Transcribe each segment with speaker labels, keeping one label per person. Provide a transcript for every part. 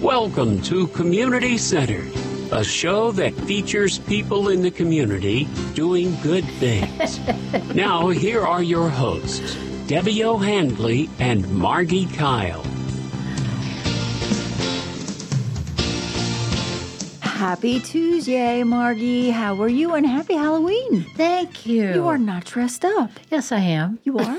Speaker 1: Welcome to Community Centered, a show that features people in the community doing good things. now, here are your hosts, Debbie O'Handley and Margie Kyle.
Speaker 2: Happy Tuesday, Margie. How are you? And happy Halloween.
Speaker 3: Thank you.
Speaker 2: You are not dressed up.
Speaker 3: Yes, I am.
Speaker 2: You are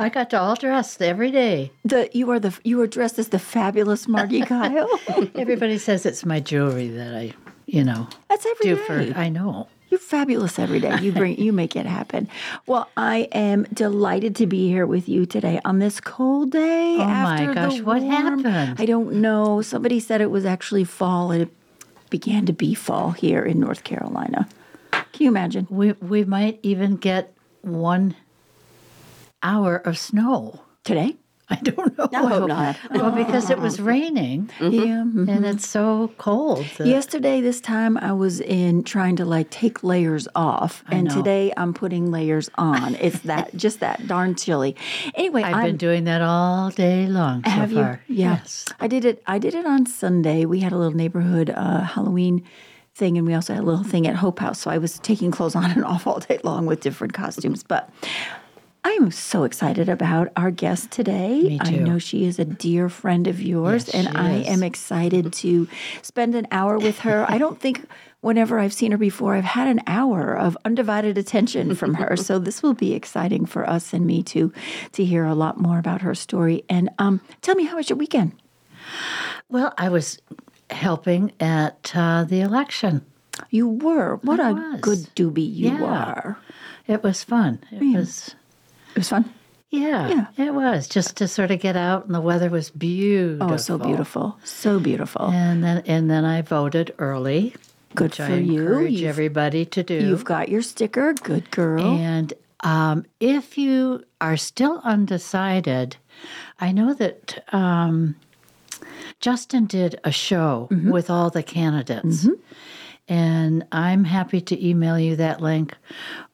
Speaker 3: I got all dressed every day.
Speaker 2: the you are the you are dressed as the fabulous Margie Kyle.
Speaker 3: Everybody says it's my jewelry that I, you know,
Speaker 2: That's every
Speaker 3: do
Speaker 2: day.
Speaker 3: for. I know.
Speaker 2: You're fabulous every day. You bring you make it happen. Well, I am delighted to be here with you today on this cold day.
Speaker 3: Oh my
Speaker 2: after the
Speaker 3: gosh, what
Speaker 2: warm-
Speaker 3: happened?
Speaker 2: I don't know. Somebody said it was actually fall and it began to be fall here in North Carolina. Can you imagine?
Speaker 3: We we might even get one hour of snow.
Speaker 2: Today?
Speaker 3: I don't know.
Speaker 2: No, I hope not.
Speaker 3: Well, because it was raining
Speaker 2: Yeah. mhm.
Speaker 3: and it's so cold. that-
Speaker 2: Yesterday, this time, I was in trying to like take layers off, and
Speaker 3: know.
Speaker 2: today I'm putting layers on. It's that just that darn chilly. Anyway,
Speaker 3: I've
Speaker 2: am
Speaker 3: been doing that all day long so
Speaker 2: have
Speaker 3: far.
Speaker 2: you? Yeah.
Speaker 3: Yes.
Speaker 2: I did it. I did it on Sunday. We had a little neighborhood uh, Halloween thing, and we also had a little thing at Hope House. So I was taking clothes on and off all day long with different costumes, but. I am so excited about our guest today.
Speaker 3: Me
Speaker 2: I
Speaker 3: too.
Speaker 2: know she is a dear friend of yours,
Speaker 3: Yes,
Speaker 2: and
Speaker 3: she
Speaker 2: I
Speaker 3: is. Mm-hmm.
Speaker 2: am excited to spend an hour with her. I don't think whenever I've seen her before, I've had an hour of undivided attention from her. so this will be exciting for us and me too to hear a lot more about her story. And um, tell me, how was your weekend?
Speaker 3: Well, I was helping at uh, the election.
Speaker 2: You were what
Speaker 3: I
Speaker 2: a
Speaker 3: was.
Speaker 2: good doobie you
Speaker 3: Yeah.
Speaker 2: are.
Speaker 3: It was fun. It was.
Speaker 2: It was fun.
Speaker 3: Yeah, it was just to sort of get out, and the weather was beautiful.
Speaker 2: Oh, so beautiful, so beautiful.
Speaker 3: And then, and then I voted early,
Speaker 2: Good
Speaker 3: which
Speaker 2: for
Speaker 3: I
Speaker 2: you.
Speaker 3: encourage
Speaker 2: You've,
Speaker 3: everybody to do.
Speaker 2: you've got your sticker. Good girl.
Speaker 3: and um, if you are still undecided, I know that um, Justin did a show with all the candidates. And I'm happy to email you that link,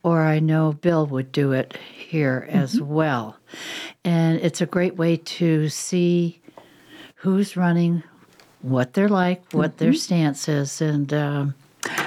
Speaker 3: or I know Bill would do it here as well. And it's a great way to see who's running, what they're like, what their stance is. And um,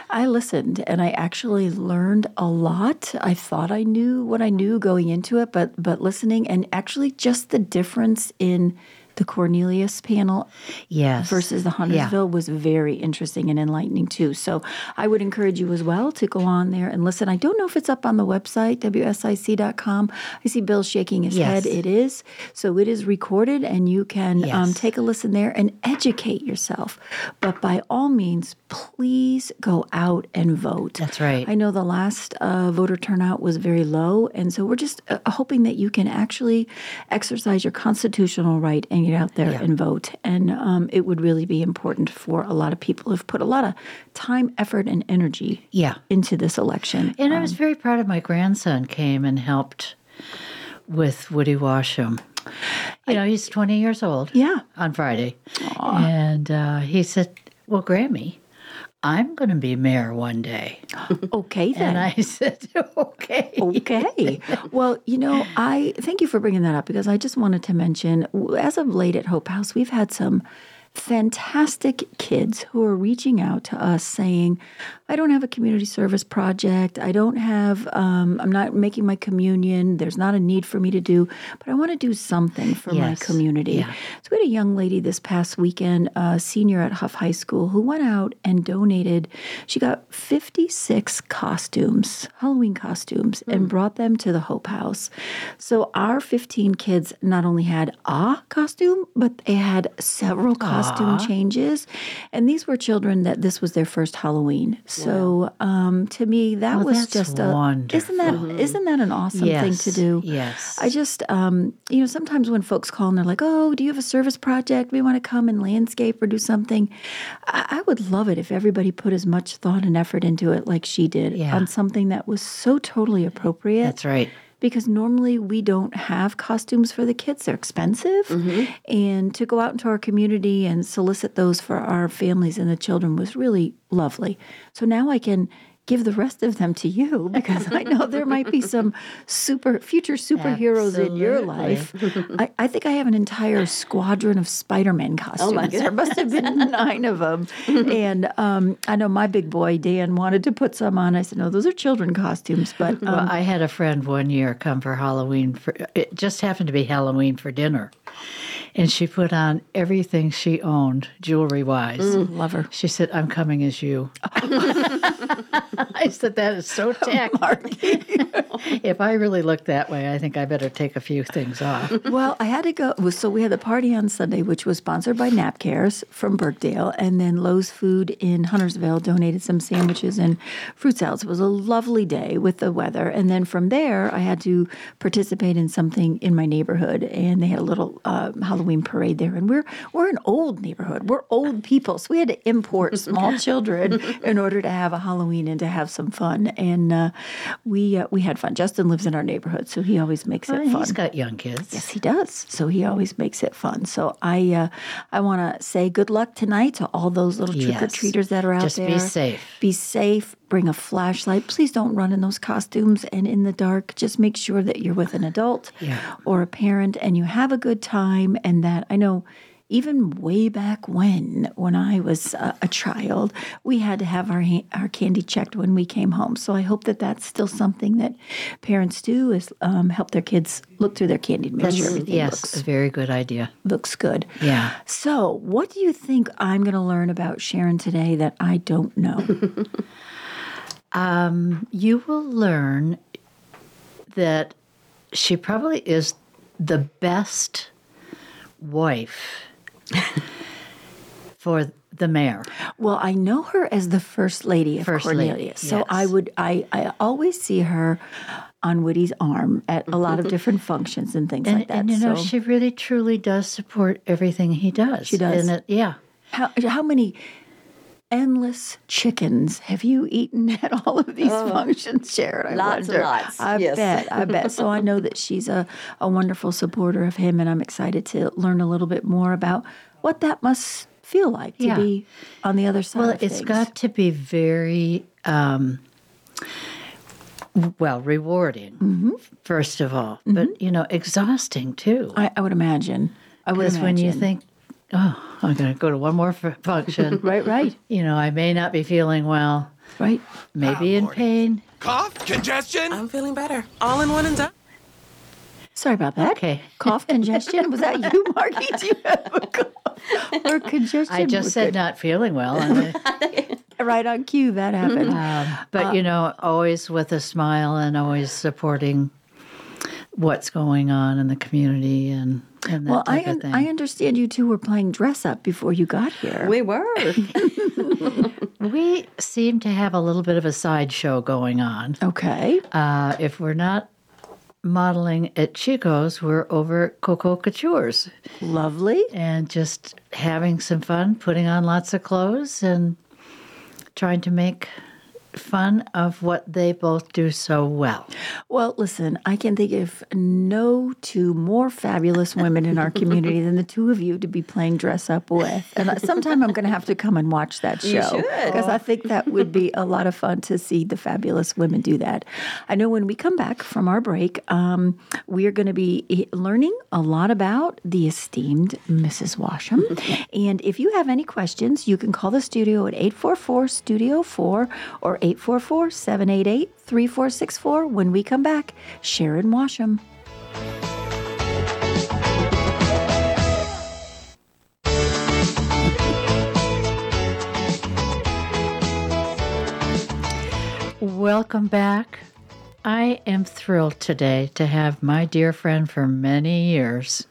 Speaker 2: I listened and I actually learned a lot. I thought I knew what I knew going into it, but but listening and actually just the difference in the Cornelius panel
Speaker 3: yes.
Speaker 2: versus the
Speaker 3: Yeah.
Speaker 2: Huntersville was very interesting and enlightening too. So I would encourage you as well to go on there and listen. I don't know if it's up on the website, wsic.com. I see Bill shaking his
Speaker 3: Yes.
Speaker 2: head. It is. So it is recorded and you can um,
Speaker 3: Yes.
Speaker 2: take a listen there and educate yourself. But by all means, please go out and vote.
Speaker 3: That's right.
Speaker 2: I know the last uh, voter turnout was very low. And so we're just uh, hoping that you can actually exercise your constitutional right and get out there
Speaker 3: Yeah.
Speaker 2: and vote. And um, it would really be important for a lot of people who've put a lot of time, effort, and energy
Speaker 3: Yeah.
Speaker 2: into this election.
Speaker 3: And I was very proud of my grandson came and helped with Woody Washam. You know, he's 20 years old.
Speaker 2: Yeah.
Speaker 3: On Friday. And uh, he said, Well, Grammy, I'm going to be mayor one day.
Speaker 2: Okay, then.
Speaker 3: And I said, Okay.
Speaker 2: Oh, Okay. Well, you know, I thank you for bringing that up because I just wanted to mention as of late at Hope House, we've had some fantastic kids who are reaching out to us saying, I don't have a community service project. I don't have, um, I'm not making my communion. There's not a need for me to do, but I want to do something for my
Speaker 3: Yes.
Speaker 2: community.
Speaker 3: Yeah.
Speaker 2: So we had a young lady this past weekend, a senior at Huff High School, who went out and donated. She got 56 costumes, Halloween costumes,
Speaker 3: Mm.
Speaker 2: and brought them to the Hope House. So our 15 kids not only had a costume, but they had several costume changes. And these were children that this was their first Halloween. So um, to me, that
Speaker 3: Oh,
Speaker 2: was
Speaker 3: that's
Speaker 2: just a isn't that isn't that an awesome thing
Speaker 3: Yes.
Speaker 2: to do?
Speaker 3: Yes.
Speaker 2: I just, um, you know, sometimes when folks call and they're like, oh, do you have a service project? We want to come and landscape or do something. I, I would love it if everybody put as much thought and effort into it like she did
Speaker 3: Yeah.
Speaker 2: on something that was so totally appropriate.
Speaker 3: That's right.
Speaker 2: Because normally we don't have costumes for the kids, they're expensive. And to go out into our community and solicit those for our families and the children was really lovely. So now I can give the rest of them to you because I know there might be some super future superheroes in your life. I, I think I have an entire squadron of Spider-Man costumes. there must have been nine of them. And um, I know my big boy Dan wanted to put some on. I said, no, those are children costumes, but um,
Speaker 3: Well, I had a friend one year come for Halloween. For, it just happened to be Halloween for dinner. And she put on everything she owned, jewelry wise.
Speaker 2: love her.
Speaker 3: She said, I'm coming as you. I said, That is so tacky. if I really look that way, I think I better take a few things off.
Speaker 2: well, I had to go. well, So we had the party on Sunday, which was sponsored by Napcares from Burkdale, and then Lowe's Food in Huntersville donated some sandwiches and fruit salads. It was a lovely day with the weather, and then from there, I had to participate in something in my neighborhood, and they had a little uh, Halloween parade there. And we're we're an old neighborhood. We're old people, so we had to import small children in order to have a Halloween and to have some fun. And uh, we uh, we had fun. Justin lives in our neighborhood, so he always makes it fun.
Speaker 3: Oh, He's got young kids.
Speaker 2: Yes, he does. So he always makes it fun. So I, uh, I want to say good luck tonight to all those little trick or
Speaker 3: Yes.
Speaker 2: treaters that are out
Speaker 3: Just be
Speaker 2: there.
Speaker 3: safe.
Speaker 2: Be safe. Bring a flashlight. Please don't run in those costumes and in the dark. Just make sure that you're with an adult
Speaker 3: Yeah.
Speaker 2: or a parent and you have a good time. And that I know. Even way back when, when I was uh, a child, we had to have our ha- our candy checked when we came home. So I hope that that's still something that parents do is um, help their kids look through their candy to make sure everything
Speaker 3: yes,
Speaker 2: looks
Speaker 3: a very good idea.
Speaker 2: looks good.
Speaker 3: Yeah.
Speaker 2: So, what do you think I'm going to learn about Sharon today that I don't know?
Speaker 3: you will learn that she probably is the best wife for the mayor.
Speaker 2: well, I know her as the first lady of
Speaker 3: First lady,
Speaker 2: Cornelius. So
Speaker 3: yes.
Speaker 2: I would I I always see her on Woody's arm at a lot of different functions and things
Speaker 3: Mm-hmm. And,
Speaker 2: like that.
Speaker 3: and you know,
Speaker 2: so
Speaker 3: she really truly does support everything he does. She
Speaker 2: does.
Speaker 3: And it, yeah.
Speaker 2: how how many endless chickens have you eaten at all of these
Speaker 3: Oh.
Speaker 2: functions, Sharon? I
Speaker 4: Lots and
Speaker 2: wonder.
Speaker 4: lots,
Speaker 2: I
Speaker 4: yes.
Speaker 2: bet. I bet. So I know that she's a, a wonderful supporter of him, and I'm excited to learn a little bit more about what that must feel like to
Speaker 3: Yeah.
Speaker 2: be on the other side.
Speaker 3: Well,
Speaker 2: of
Speaker 3: it's
Speaker 2: things.
Speaker 3: got to be very, um, well, rewarding,
Speaker 2: Mm-hmm.
Speaker 3: first of all, but, you know, exhausting too.
Speaker 2: I, I would imagine. I would
Speaker 3: Because
Speaker 2: imagine.
Speaker 3: when you think, oh, I'm going to go to one more f- function,
Speaker 2: right, right,
Speaker 3: you know, I may not be feeling well,
Speaker 2: right.
Speaker 3: maybe
Speaker 2: Ah,
Speaker 3: in pain.
Speaker 5: Cough? Congestion?
Speaker 6: I'm feeling better. All in one and done.
Speaker 2: Sorry about that.
Speaker 3: Okay.
Speaker 2: Cough congestion. Was that you, Margie? Do you have a cough or congestion?
Speaker 3: I
Speaker 2: We're
Speaker 3: just said
Speaker 2: good.
Speaker 3: not feeling well, and I-
Speaker 2: right on cue. That
Speaker 3: Mm-hmm.
Speaker 2: happened. Uh.
Speaker 3: but you know, always with a smile and always supporting what's going on in the community and, and that
Speaker 2: Well, I,
Speaker 3: type of
Speaker 2: un-
Speaker 3: thing.
Speaker 2: I understand you two were playing dress up before you got here.
Speaker 4: We were.
Speaker 3: we seem to have a little bit of a sideshow going on.
Speaker 2: Okay.
Speaker 3: Uh, if we're not modeling at Chico's, we're over at Coco Couture's.
Speaker 2: Lovely.
Speaker 3: and just having some fun, putting on lots of clothes and trying to make fun of what they both do so well.
Speaker 2: Well, listen, I can think of no two more fabulous women in our community than the two of you to be playing dress up with. And I- sometime I'm going to have to come and watch that show because I think that would be a lot of fun to see the fabulous women do that. I know when we come back from our break, um, we are going to be e- learning a lot about the esteemed Mrs. Washam. and if you have any questions, you can call the studio at 844 Studio 4 or 844 788 3464. When we come back, Sharon Washam.
Speaker 3: Welcome back. I am thrilled today to have my dear friend for many years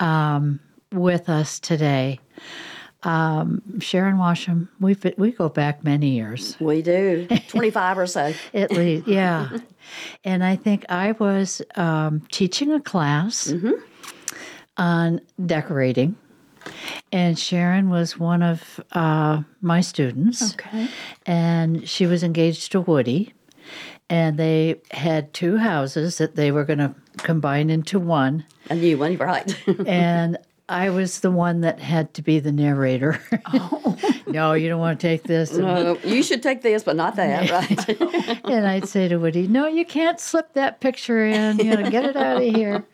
Speaker 3: um, with us today. Um, Sharon Washam, we we go back many years.
Speaker 4: we do. 25 or so.
Speaker 3: At least, yeah. and I think I was um, teaching a class
Speaker 4: Mm-hmm.
Speaker 3: on decorating, and Sharon was one of uh, my students.
Speaker 2: Okay.
Speaker 3: And she was engaged to Woody, and they had two houses that they were going to combine into one.
Speaker 4: A new one, right.
Speaker 3: and I was the one that had to be the narrator. no, you don't want to take this. And,
Speaker 4: Uh, you should take this, but not that, right?
Speaker 3: and I'd say to Woody, "No, you can't slip that picture in. You know, get it out of here."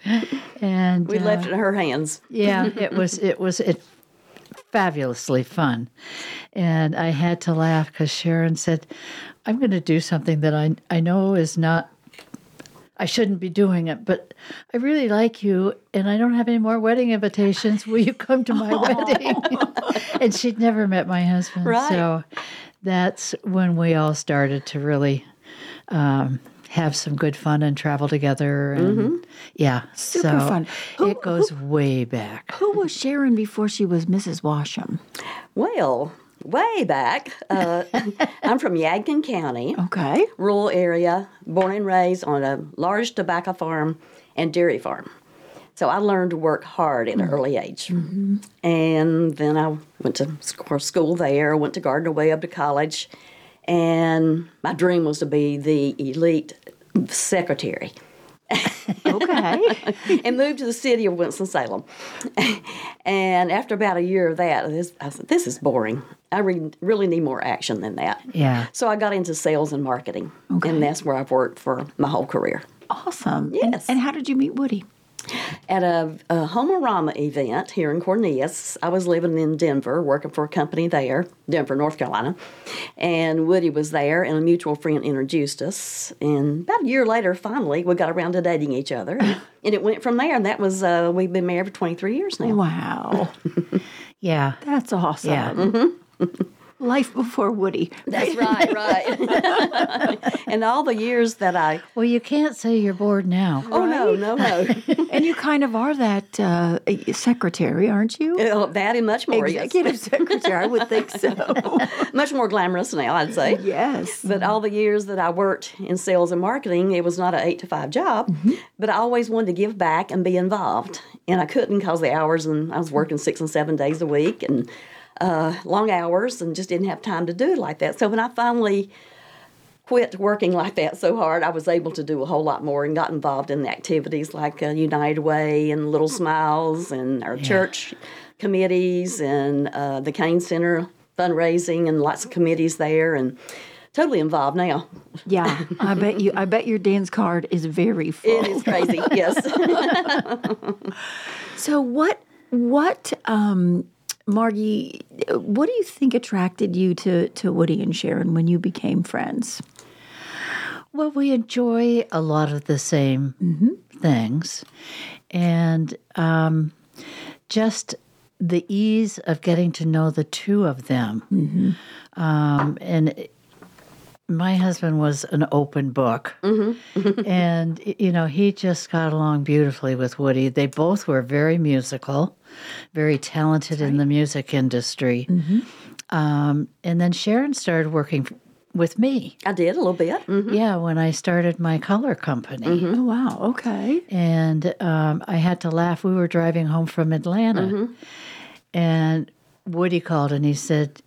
Speaker 3: And
Speaker 4: we
Speaker 3: uh,
Speaker 4: left it in her hands.
Speaker 3: yeah, it was it was it fabulously fun, and I had to laugh because Sharon said, "I'm going to do something that I I know is not." I shouldn't be doing it, but I really like you, and I don't have any more wedding invitations. Will you come to my wedding? and she'd never met my husband,
Speaker 4: Right.
Speaker 3: so that's when we all started to really um, have some good fun and travel together. And yeah,
Speaker 2: Mm-hmm. Super
Speaker 3: so
Speaker 2: fun. Who-
Speaker 3: it goes way back.
Speaker 2: Who was Sharon before she was Mrs. Washam?
Speaker 4: Well, way back, uh, I'm from Yadkin County,
Speaker 2: Okay.
Speaker 4: rural area, born and raised on a large tobacco farm and dairy farm. So I learned to work hard at an early age. And then I went to sc- school there, went to Gardner Webb to college, and my dream was to be the elite secretary
Speaker 2: Okay.
Speaker 4: and moved to the city of Winston-Salem. and after about a year of that, this, I said, this is boring. I re- really need more action than that.
Speaker 3: Yeah.
Speaker 4: So I got into sales and marketing,
Speaker 2: Okay.
Speaker 4: and that's where I've worked for my whole career.
Speaker 2: awesome.
Speaker 4: Yes.
Speaker 2: And, and how did you meet Woody?
Speaker 4: At a, a Homorama event here in Cornelius, I was living in Denver, working for a company there, Denver, North Carolina, and Woody was there, and a mutual friend introduced us. And about a year later, finally, we got around to dating each other, and it went from there. And that was uh, we've been married for 23 years now.
Speaker 2: Wow. Mm-hmm.
Speaker 3: Yeah.
Speaker 2: That's awesome.
Speaker 3: Yeah.
Speaker 2: Life before Woody.
Speaker 4: That's right, right. and all the years that I
Speaker 3: Well, you can't say you're bored now.
Speaker 4: oh no no no
Speaker 2: And you kind of are that uh, secretary, aren't you?
Speaker 4: Oh, that and much more yes.
Speaker 2: Executive secretary, I would think so.
Speaker 4: much more glamorous now I'd say.
Speaker 2: yes.
Speaker 4: But all the years that I worked in sales and marketing, it was not an eight to five job, but I always wanted to give back and be involved. And I couldn't because the hours, and I was working six and seven days a week and uh, long hours and just didn't have time to do it like that. So when I finally quit working like that so hard, I was able to do a whole lot more and got involved in activities like uh, United Way and
Speaker 3: Hmm.
Speaker 4: Little Smiles and our church committees and uh, the Kane Center fundraising and lots of committees there and totally involved now.
Speaker 2: Yeah. I bet you I bet your dance card is very full.
Speaker 4: It is crazy, yes.
Speaker 2: So what what um Margie, what do you think attracted you to, to Woody and Sharon when you became friends?
Speaker 3: Well, we enjoy a lot of the same things, and um, just the ease of getting to know the two of them. Um, and it- my husband was an open book, and y- you know he just got along beautifully with Woody. They both were very musical, very talented in the music industry. Um, and then Sharon started working f- with me.
Speaker 4: I did a little bit. Mhm.
Speaker 3: Yeah, when I started my color company.
Speaker 4: Mm-hmm.
Speaker 2: Oh wow, okay.
Speaker 3: And um, I had to laugh. We were driving home from Atlanta.
Speaker 4: Mm-hmm.
Speaker 3: And Woody called and he said,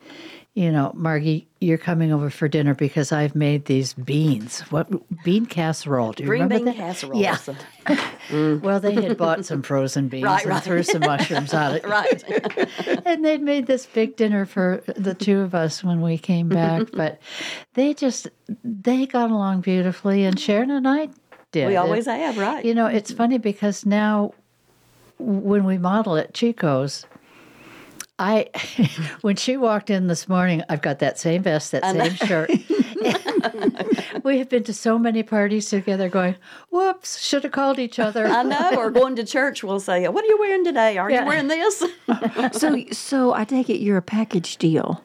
Speaker 3: You know, Margie, you're coming over for dinner because I've made these beans. What bean casserole? Do you
Speaker 4: Green bean
Speaker 3: remember that?
Speaker 4: casserole.
Speaker 3: Yeah. Well, they had bought some frozen beans
Speaker 4: Right,
Speaker 3: and
Speaker 4: right.
Speaker 3: threw some mushrooms on it.
Speaker 4: Right.
Speaker 3: and they'd made this big dinner for the two of us when we came
Speaker 4: Mm-hmm.
Speaker 3: back but they just they got along beautifully and sharon and i did
Speaker 4: We always
Speaker 3: And,
Speaker 4: have, right.
Speaker 3: you know it's funny because now when we model at chico's I, when she walked in this morning, I've got that same vest, that same shirt. we have been to so many parties together going, whoops, should have called each other.
Speaker 4: I know, or going to church, we'll say, What are you wearing today? Are
Speaker 3: Yeah.
Speaker 4: you wearing this?
Speaker 2: So so I take it you're a package deal.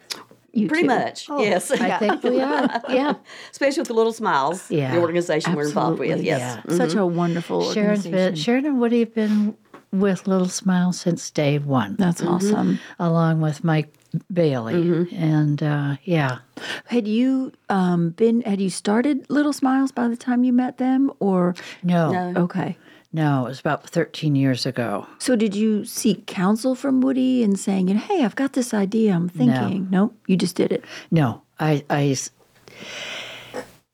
Speaker 2: You
Speaker 4: Pretty
Speaker 2: two.
Speaker 4: much, yes.
Speaker 3: Oh, I think we are. Yeah.
Speaker 4: Especially with the little smiles,
Speaker 3: Yeah.
Speaker 4: the organization we're involved with,
Speaker 2: Absolutely.
Speaker 4: yes. Mm-hmm.
Speaker 2: Such a wonderful
Speaker 3: Sharon's
Speaker 2: organization.
Speaker 3: been, Sharon and Woody have been with Little Smile since day one,
Speaker 2: That's
Speaker 4: Mm-hmm.
Speaker 2: awesome.
Speaker 3: along with Mike Bailey. And uh, yeah,
Speaker 2: Had you um, been? Had you started Little Smiles by the time you met them, or
Speaker 3: no, no,
Speaker 4: No.
Speaker 2: okay?
Speaker 3: it was about 13 years ago.
Speaker 2: So did you seek counsel from Woody and saying, you know, "Hey, I've got this idea. I'm thinking." No, you just did it.
Speaker 3: No, I, I s-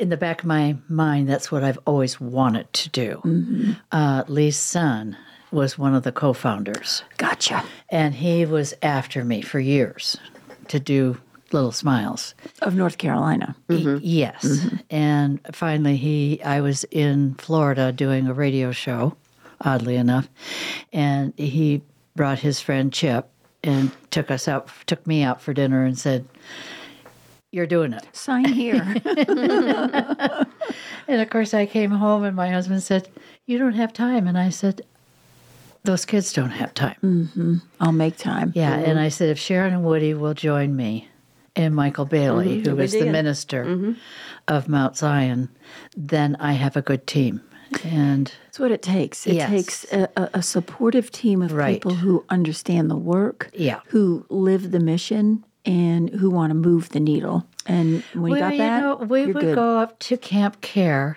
Speaker 3: in the back of my mind, that's what I've always wanted to do. Uh, Lee's son was one of the co founders.
Speaker 2: Gotcha.
Speaker 3: And he was after me for years to do Little Smiles.
Speaker 2: Of North Carolina.
Speaker 3: Yes. And finally he I was in Florida doing a radio show, oddly enough, and he brought his friend Chip and took us out took me out for dinner and said, You're doing it.
Speaker 2: Sign here.
Speaker 3: And of course I came home and my husband said, You don't have time and I said those kids don't have time.
Speaker 2: I'll make time.
Speaker 3: Yeah, and I said if Sharon and Woody will join me and Michael Bailey, who was the
Speaker 4: did.
Speaker 3: minister of Mount Zion, then I have a good team. And
Speaker 2: That's what it takes. It
Speaker 3: Yes.
Speaker 2: takes a, a, a supportive team of
Speaker 3: Right.
Speaker 2: people who understand the work,
Speaker 3: Yeah.
Speaker 2: who live the mission, and who want to move the needle. And when you got that,
Speaker 3: know, we
Speaker 2: you're
Speaker 3: would
Speaker 2: good. Mm-hmm.
Speaker 3: go up to Camp Care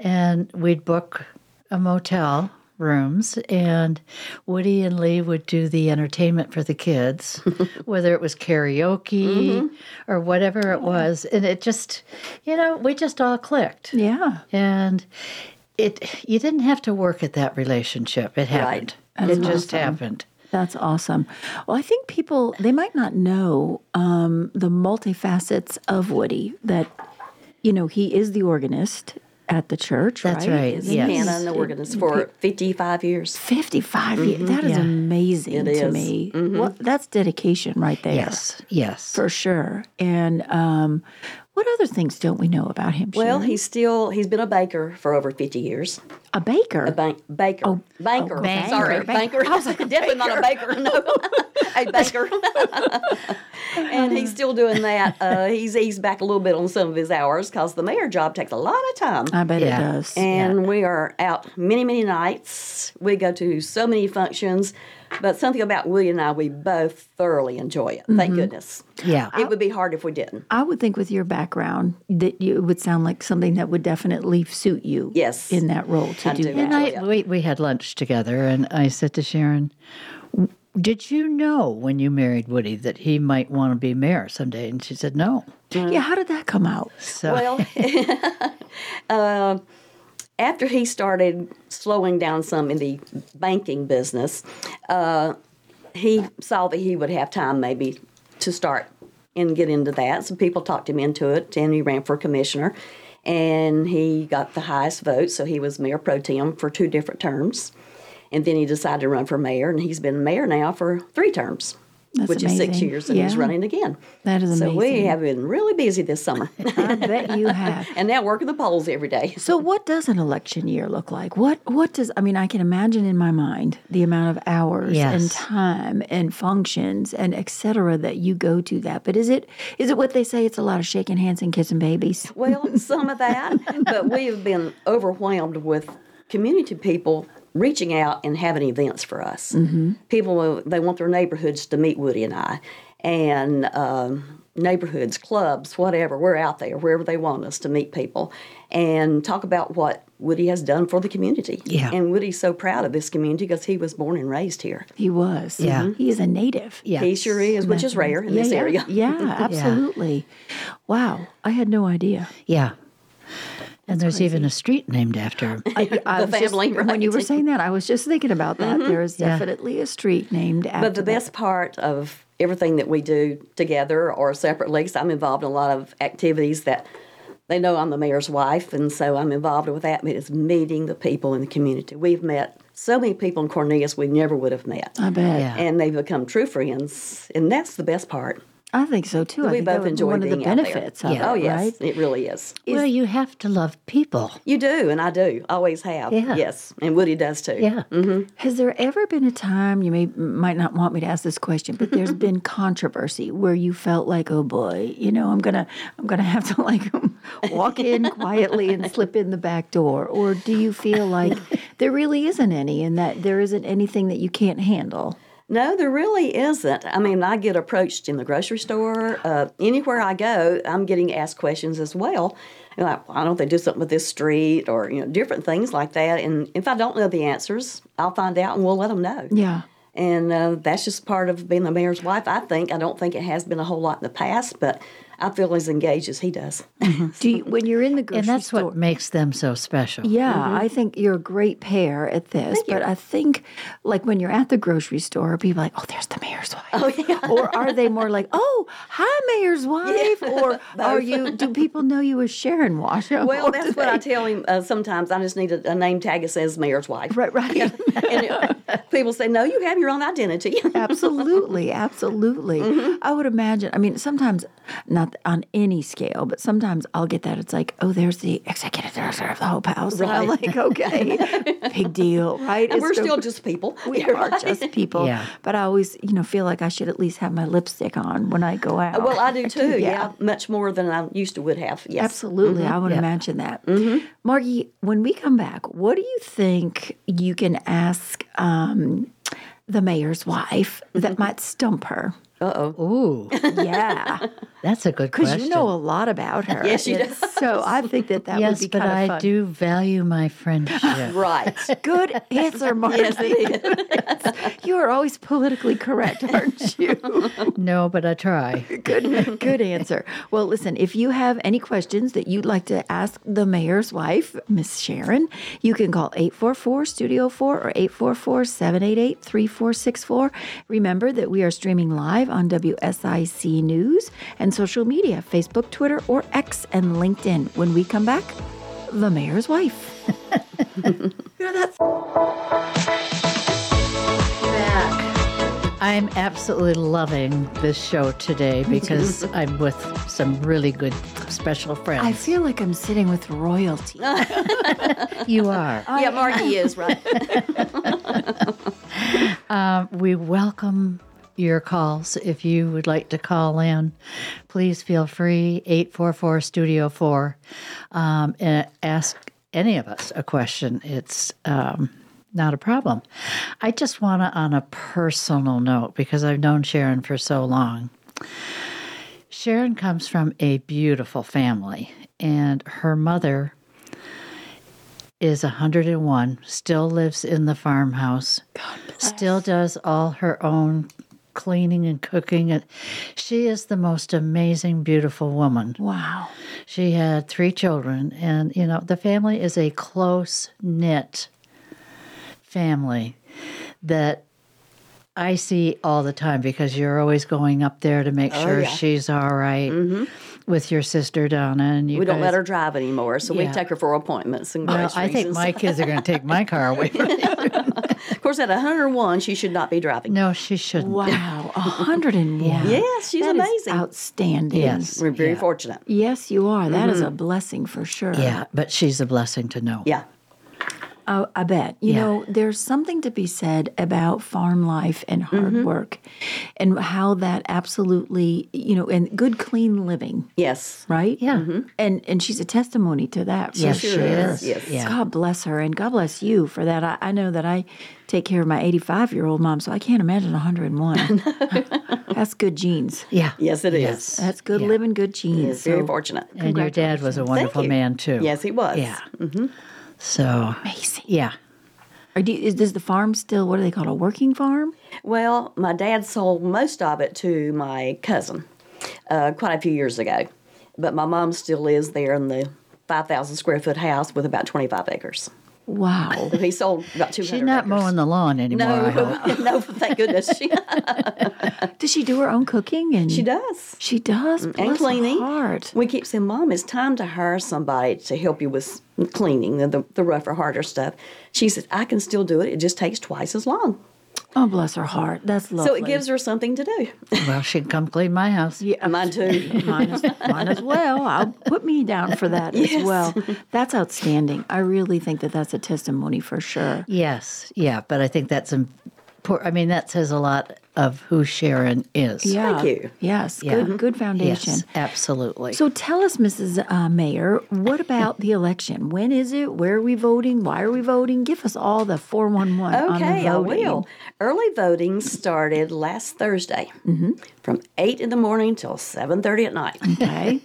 Speaker 3: and we'd book a motel rooms and Woody and Lee would do the entertainment for the kids, whether it was karaoke
Speaker 2: Mm-hmm.
Speaker 3: or whatever it was. And it just you know, we just all clicked.
Speaker 2: Yeah,
Speaker 3: and it you didn't have to work at that relationship it happened it just happened
Speaker 2: that's awesome. Well, I think people they might not know um, the multifacets of Woody. That you know, he is the organist at the church.
Speaker 3: That's right,
Speaker 2: Isn't
Speaker 3: yes.
Speaker 2: he?
Speaker 4: Hannah and the organist for 55 years.
Speaker 2: 55 years. That is
Speaker 3: Mm-hmm. Yeah. Mm-hmm.
Speaker 2: amazing
Speaker 4: It
Speaker 2: to
Speaker 4: is.
Speaker 2: me. Well, that's dedication right there.
Speaker 3: yes yes
Speaker 2: For sure. And um, what other things don't we know about him?
Speaker 4: Well,
Speaker 2: Sharon?
Speaker 4: he's still he's been a baker for over 50 years.
Speaker 2: a baker.
Speaker 4: A bank, baker. banker.
Speaker 3: banker.
Speaker 4: Sorry,
Speaker 2: Banker.
Speaker 4: banker.
Speaker 2: I was like, a
Speaker 4: Definitely not a baker. No, a baker. and he's still doing that. Uh, he's eased back a little bit on some of his hours because the mayor job takes a lot of time.
Speaker 2: I bet
Speaker 3: Yeah.
Speaker 2: it does.
Speaker 4: and we are out many, many nights. We go to so many functions, but something about Willie and I, we both thoroughly enjoy it. Thank goodness.
Speaker 3: yeah
Speaker 4: It would be hard if we didn't.
Speaker 2: I would think with your background that you, it would sound like something that would definitely suit you
Speaker 4: Yes.
Speaker 2: in that role to
Speaker 4: I
Speaker 2: do
Speaker 4: do.
Speaker 2: that.
Speaker 3: and I,
Speaker 4: Yeah.
Speaker 3: we, we had lunch together and i said to sharon did you know when you married woody that he might want to be mayor someday and she said no
Speaker 2: Yeah, how did that come out?
Speaker 3: so
Speaker 4: Well, uh, after he started slowing down some in the banking business, uh, he saw that he would have time maybe to start and get into that. Some people talked him into it, and he ran for commissioner, and he got the highest vote, so he was mayor pro tem for two different terms. And then he decided to run for mayor, and he's been mayor now for three terms,
Speaker 2: That's
Speaker 4: which is six
Speaker 2: amazing.
Speaker 4: years, and he's
Speaker 2: Yeah.
Speaker 4: running again.
Speaker 2: That is
Speaker 4: So we
Speaker 2: amazing.
Speaker 4: have been really busy this summer.
Speaker 2: I bet you have.
Speaker 4: and now working the polls every day.
Speaker 2: So what does an election year look like? What what does I mean I can imagine in my mind the amount of hours
Speaker 3: Yes.
Speaker 2: and time and functions and et cetera that you go to that. But is it is it what they say it's a lot of shaking hands and kissing babies?
Speaker 4: Well, some of that, but we have been overwhelmed with community people reaching out and having events for us. Mm-hmm. People they want their neighborhoods to meet Woody and I, and um, neighborhoods, clubs, whatever. We're out there wherever they want us to meet people and talk about what Woody has done for the community.
Speaker 3: Yeah.
Speaker 4: and Woody's so proud of this community because he was born and raised here.
Speaker 2: He was.
Speaker 3: Yeah.
Speaker 2: He is a native.
Speaker 3: yeah
Speaker 4: He sure is, which is rare in
Speaker 2: yeah,
Speaker 4: this
Speaker 2: yeah,
Speaker 4: area.
Speaker 2: yeah, absolutely. Wow. I had no idea.
Speaker 3: yeah and there's even a street named after him
Speaker 2: I, I
Speaker 4: The
Speaker 2: was just-
Speaker 4: family,
Speaker 2: When you were
Speaker 4: right. Mm-hmm.
Speaker 2: saying that, I was just thinking about that. There is
Speaker 3: Yeah.
Speaker 2: definitely a street named after
Speaker 4: But the
Speaker 2: that.
Speaker 4: best part of everything that we do together or separately, 'cause I'm involved in a lot of activities that they know I'm the mayor's wife, and so I'm involved with that. But it's meeting the people in the community. We've met so many people in Cornelius we never would have met,
Speaker 2: I bet.
Speaker 3: Yeah.
Speaker 4: and they've become true friends, and that's the best part.
Speaker 2: I think so too. I
Speaker 4: we
Speaker 2: think that
Speaker 4: both
Speaker 2: would be
Speaker 4: enjoy
Speaker 2: one of the
Speaker 4: being out there.
Speaker 2: benefits of
Speaker 3: Yeah.
Speaker 2: it,
Speaker 4: oh yes,
Speaker 2: right?
Speaker 4: it really is.
Speaker 3: well you have to love people
Speaker 4: You do, and I do, always have.
Speaker 3: Yeah.
Speaker 4: Yes, and Woody does too.
Speaker 3: yeah
Speaker 2: Mm-hmm. Has there ever been a time you may might not want me to ask this question, but there's been controversy where you felt like, oh boy, you know, I'm gonna I'm gonna have to like walk in quietly and slip in the back door, or do you feel like there really isn't any, and that there isn't anything that you can't handle?
Speaker 4: No, there really isn't. I mean, I get approached in the grocery store, uh, anywhere I go, I'm getting asked questions as well. And Like, why don't they do something with this street or you know different things like that? And if I don't know the answers, I'll find out and we'll let them know.
Speaker 2: Yeah.
Speaker 4: And uh, that's just part of being the mayor's wife. I think I don't think it has been a whole lot in the past, but I feel as engaged as he does.
Speaker 2: Do you, when you're in the grocery
Speaker 3: and that's
Speaker 2: store,
Speaker 3: what makes them so special.
Speaker 2: Yeah,
Speaker 4: Mm-hmm.
Speaker 2: I think you're a great pair at this. but I think, like, when you're at the grocery store, people are like, oh, there's the mayor's wife.
Speaker 4: Oh,
Speaker 2: or are they more like, oh, hi, mayor's wife? Or are you, do people know you as Sharon Washer?
Speaker 4: Well, that's what I tell him uh, sometimes. I just need a, a name tag that says mayor's wife.
Speaker 2: Right, right.
Speaker 4: And it- people say, no, you have your own identity.
Speaker 2: absolutely, absolutely.
Speaker 4: Mm-hmm.
Speaker 2: I would imagine, I mean, sometimes, not on any scale, but sometimes I'll get that. It's like, oh, there's the executive director of the Hope House. And I'm like, okay, big deal, right?
Speaker 4: and
Speaker 2: It's
Speaker 4: we're
Speaker 2: the-
Speaker 4: still just people.
Speaker 2: we
Speaker 4: You're
Speaker 2: are
Speaker 4: right.
Speaker 2: just people.
Speaker 3: Yeah.
Speaker 2: But I always, you know, feel like I should at least have my lipstick on when I go out.
Speaker 4: Uh, Well, I do too. Yeah. Mm-hmm. much more than I used to would have. Yes.
Speaker 2: Absolutely. I would imagine that.
Speaker 4: Mm-hmm.
Speaker 2: Margie, when we come back, what do you think you can ask um, the mayor's wife that
Speaker 4: Mm-hmm.
Speaker 2: might stump her?
Speaker 3: Ooh,
Speaker 2: Yeah.
Speaker 3: that's a good
Speaker 2: Because
Speaker 3: question.
Speaker 2: you know a lot about her.
Speaker 4: Yes, she
Speaker 2: It's- So I think that that would
Speaker 3: yes,
Speaker 2: be
Speaker 3: but
Speaker 2: kind
Speaker 3: I
Speaker 2: of fun.
Speaker 3: do value my friendship.
Speaker 4: Right.
Speaker 2: Good answer, Margie.
Speaker 4: yes, it is.
Speaker 2: You are always politically correct, aren't you?
Speaker 3: no, but I try.
Speaker 2: good good answer well listen if you have any questions that you'd like to ask the mayor's wife miss sharon you can call 844 studio 4 or 844-788-3464 remember that we are streaming live on wsic news and social media facebook twitter or x and linkedin when we come back the mayor's wife You know, that's-
Speaker 3: I'm absolutely loving this show today because I'm with some really good special friends.
Speaker 2: I feel like I'm sitting with royalty.
Speaker 3: you are.
Speaker 4: yeah, Margie is right.
Speaker 3: Um, we welcome your calls. If you would like to call in, please feel free, 844 Studio 4, um, and ask any of us a question. It's um, not a problem. I just want to, on a personal note, because I've known Sharon for so long, Sharon comes from a beautiful family, and her mother is 101, still lives in the farmhouse, still does all her own cleaning and cooking. And She is the most amazing, beautiful woman.
Speaker 2: Wow.
Speaker 3: She had three children, and you know, the family is a close knit family that I see all the time because you're always going up there to make sure
Speaker 4: Oh, yeah. Mm-hmm.
Speaker 3: she's all right with your sister Donna, and you
Speaker 4: We don't
Speaker 3: guys-
Speaker 4: let her drive anymore, so
Speaker 3: Yeah.
Speaker 4: we take her for appointments and
Speaker 3: Well,
Speaker 4: groceries.
Speaker 3: I think
Speaker 4: and
Speaker 3: my kids are going to take my car away from me.
Speaker 4: stuff. Of course, at 101, she should not be driving.
Speaker 3: No, she shouldn't.
Speaker 2: Wow, 101.
Speaker 4: Yes, she's
Speaker 2: That is
Speaker 4: amazing.
Speaker 2: outstanding.
Speaker 3: Yes.
Speaker 4: We're very fortunate.
Speaker 2: Yes, you are. That is a blessing for sure.
Speaker 3: Mm-hmm. Yeah, but she's a blessing to know.
Speaker 4: Yeah.
Speaker 2: I, I bet. You
Speaker 3: Yeah.
Speaker 2: know, there's something to be said about farm life and hard
Speaker 3: Mm-hmm.
Speaker 2: work and how that absolutely, you know, and good, clean living,
Speaker 4: Yes.
Speaker 2: right?
Speaker 3: Yeah.
Speaker 4: Mm-hmm.
Speaker 2: And and she's a testimony to that. for
Speaker 3: Yes,
Speaker 2: sure.
Speaker 3: she is.
Speaker 4: Yes.
Speaker 3: Yeah.
Speaker 2: God bless her and God bless you for that. I, I know that I take care of my 85 year old mom, so I can't imagine 101. That's good genes.
Speaker 3: Yeah.
Speaker 4: Yes, it is.
Speaker 2: That's good
Speaker 3: Yeah.
Speaker 2: living, good genes.
Speaker 4: Yes, very
Speaker 2: so-
Speaker 4: fortunate.
Speaker 3: And your dad was a wonderful
Speaker 4: you.
Speaker 3: man, too.
Speaker 4: Yes, he Mm-hmm. was.
Speaker 3: Yeah. So,
Speaker 2: Amazing.
Speaker 3: yeah.
Speaker 2: Or do, is, does the farm still, what do they call it, a working farm?
Speaker 4: Well, my dad sold most of it to my cousin uh, quite a few years ago, but my mom still lives there in the 5,000 square foot house with about 25 acres.
Speaker 2: Wow.
Speaker 4: He sold about 200
Speaker 3: She's not
Speaker 4: acres.
Speaker 3: mowing the lawn anymore. I hope.
Speaker 4: no, no, thank goodness she,
Speaker 2: does she do her own cooking? And
Speaker 4: she does. Mm,
Speaker 2: She does. Bless her
Speaker 4: and cleaning.
Speaker 2: heart.
Speaker 4: We keep saying, Mom, it's time to hire somebody to help you with cleaning, the, the, the rougher, harder stuff. She says, I can still do it. It just takes twice as long.
Speaker 2: Oh, bless her heart. That's lovely.
Speaker 4: So it gives her something to do.
Speaker 3: Well, she can come clean my house.
Speaker 2: Yeah,
Speaker 4: Mine too.
Speaker 2: mine, as, mine as well. I'll put me down for that as well. That's outstanding. I really think that that's a testimony for sure.
Speaker 3: Yes. Yeah. But I think that's important. I mean, that says a lot of who Sharon is.
Speaker 2: Yeah.
Speaker 4: you. Mm-hmm.
Speaker 2: Yes.
Speaker 3: Yeah.
Speaker 2: Good, good foundation.
Speaker 3: Yes. Absolutely.
Speaker 2: So tell us, Mrs. Uh, Mayor, what about the election? When is it? Where are we voting? Why are we voting? Give us all the 411 on the
Speaker 4: Okay, I
Speaker 2: voting.
Speaker 4: will. Early voting started last Thursday
Speaker 2: Mm-hmm.
Speaker 4: from 8 in the morning till 7.30 at night.
Speaker 2: Okay.